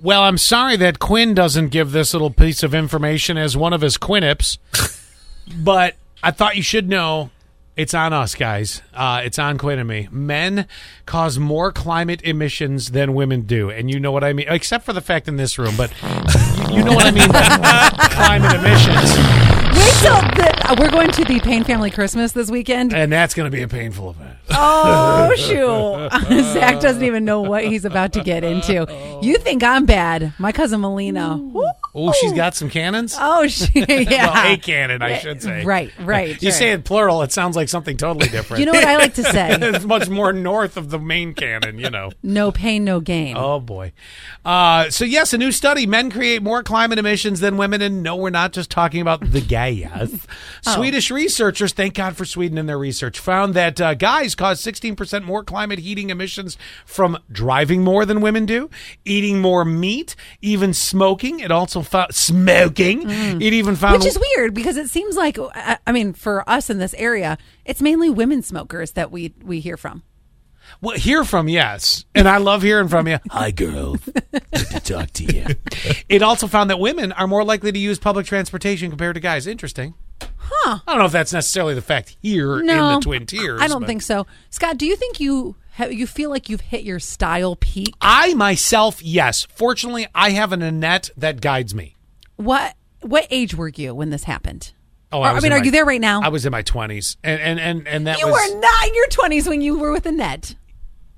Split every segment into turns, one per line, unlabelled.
Well, I'm sorry that Quinn doesn't give this little piece of information as one of his Quinips, but I thought you should know it's on us, guys. Uh, it's on Quinn and me. Men cause more climate emissions than women do, and you know what I mean, except for the fact in this room, but you, you know what I mean by climate emissions,
Wait till the, uh, we're going to the Payne family Christmas this weekend.
and that's going to be a painful event.
Oh shoot! Zach doesn't even know what he's about to get into. You think I'm bad? My cousin Melina. Woo.
Oh, she's got some cannons?
Oh, she, yeah.
Well, a cannon, I should say.
Right, right.
You
right.
say it plural, it sounds like something totally different.
You know what I like to say?
it's much more north of the main cannon, you know.
No pain, no gain.
Oh boy. Uh, so yes, a new study: men create more climate emissions than women, and no, we're not just talking about the guys. Swedish researchers, thank God for Sweden and their research, found that uh, guys cause 16% more climate heating emissions from driving more than women do, eating more meat, even smoking. It also found smoking. It even found
Mm. Which is weird because it seems like I, I mean, for us in this area, it's mainly women smokers that we we hear from.
Well, hear from yes, and I love hearing from you. Hi, girl. Good to talk to you. It also found that women are more likely to use public transportation compared to guys. Interesting. Huh. I don't know if that's necessarily the fact here in the Twin Tiers.
I don't
but-
think so. Scott, do you think you ha- you feel like you've hit your style peak?
I myself, yes. Fortunately, I have an Annette that guides me.
What what age were you when this happened?
Oh,
Or, Uh, I
was
mean,
in
are
my-
you there right now?
I was in my twenties, and and and and that
you
was
were not in your twenties when you were with Annette.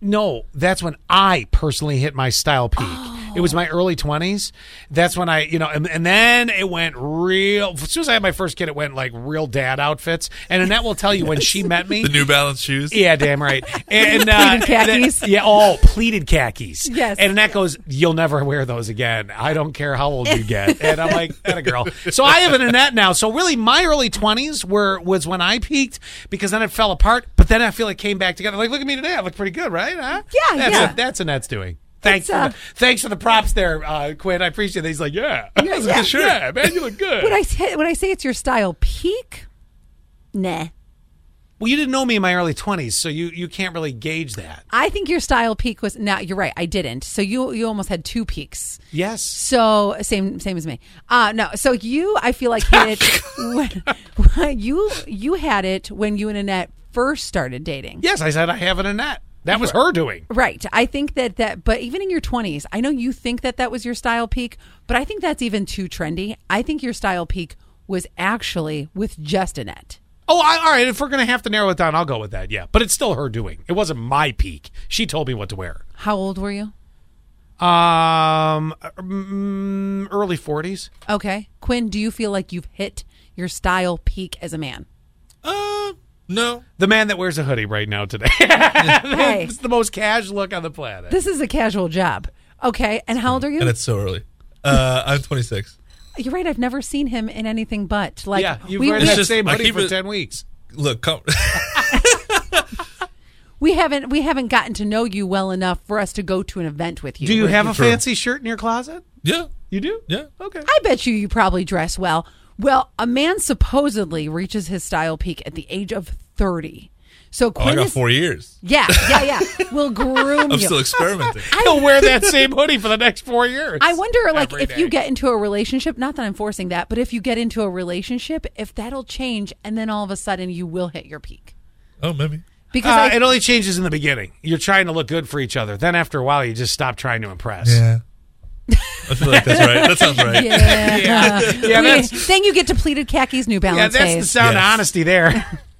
No, that's when I personally hit my style peak. It was my early 20s. That's when I, you know, and, and then it went real. As soon as I had my first kid, it went like real dad outfits. And Annette will tell you when she met me.
The New Balance shoes.
Yeah, damn right. And uh,
Pleated khakis.
that- yeah, all pleated khakis.
Yes.
And that goes, you'll never wear those again. I don't care how old you get. And I'm like, that a girl. So I have an Annette now. So really, my early 20s were was when I peaked because then it fell apart. But then I feel it came back together. Like, look at me today. I look pretty good, right? Huh?
Yeah,
that's
yeah.
that's Annette's doing. Thanks,
It's, uh,
for the, thanks for the props there, uh, Quinn. I appreciate that. He's like, yeah, yeah,
yeah.
yeah, man, you look good.
When I say, when I say it's your style peak, nah.
well, you didn't know me in my early twenties, so you you can't really gauge that.
I think your style peak was now. You're right. I didn't. So you you almost had two peaks.
Yes,
So same same as me. Uh no. So you, I feel like hit it when, when you you had it when you and Annette first started dating.
Yes, I said I have an Annette. That was her doing.
Right. I think that that, but even in your 20s, I know you think that that was your style peak, but I think that's even too trendy. I think your style peak was actually with just Annette.
Oh, I, all right. If we're gonna have to narrow it down, I'll go with that. Yeah, but it's still her doing. It wasn't my peak. She told me what to wear.
How old were you?
Um, mm, early forties.
Okay. Quinn, do you feel like you've hit your style peak as a man?
Uh, no.
The man that wears a hoodie right now today.
Hey,
it's the most cash look on the planet.
this is a casual job. Okay. And how old are
And
you?
it's so early. Uh, I'm 26.
You're right. I've never seen him in anything but like,
yeah, you've
we,
wear
we,
that
just-
same
I
hoodie
keep
for
it-
ten weeks.
Look, come.
we haven't, we haven't gotten to know you well enough for us to go to an event with you.
Do you have a
True.
fancy shirt in your closet?
yeah.
You do?
Yeah.
Okay.
I bet you you probably dress well. Well, a man supposedly reaches his style peak at the age of 30. So
Oh, I
Quinn
got
is,
four years.
yeah, yeah, yeah, will groom
I'm
you.
still experimenting.
He'll wear that same hoodie for the next four years.
I wonder, like,
Every
if you
day.
get into a relationship, not that I'm forcing that, but if you get into a relationship, if that'll change, and then all of a sudden you will hit your peak.
Oh, maybe.
Because
Uh,
I,
it only changes in the beginning. You're trying to look good for each other. Then after a while, you just stop trying to impress.
Yeah. I feel like that's right. That sounds right.
yeah.
yeah,
We-
that's,
then you get depleted khakis, New
yeah,
Balance
that's the
phase.
sound of
Yes.
honesty there.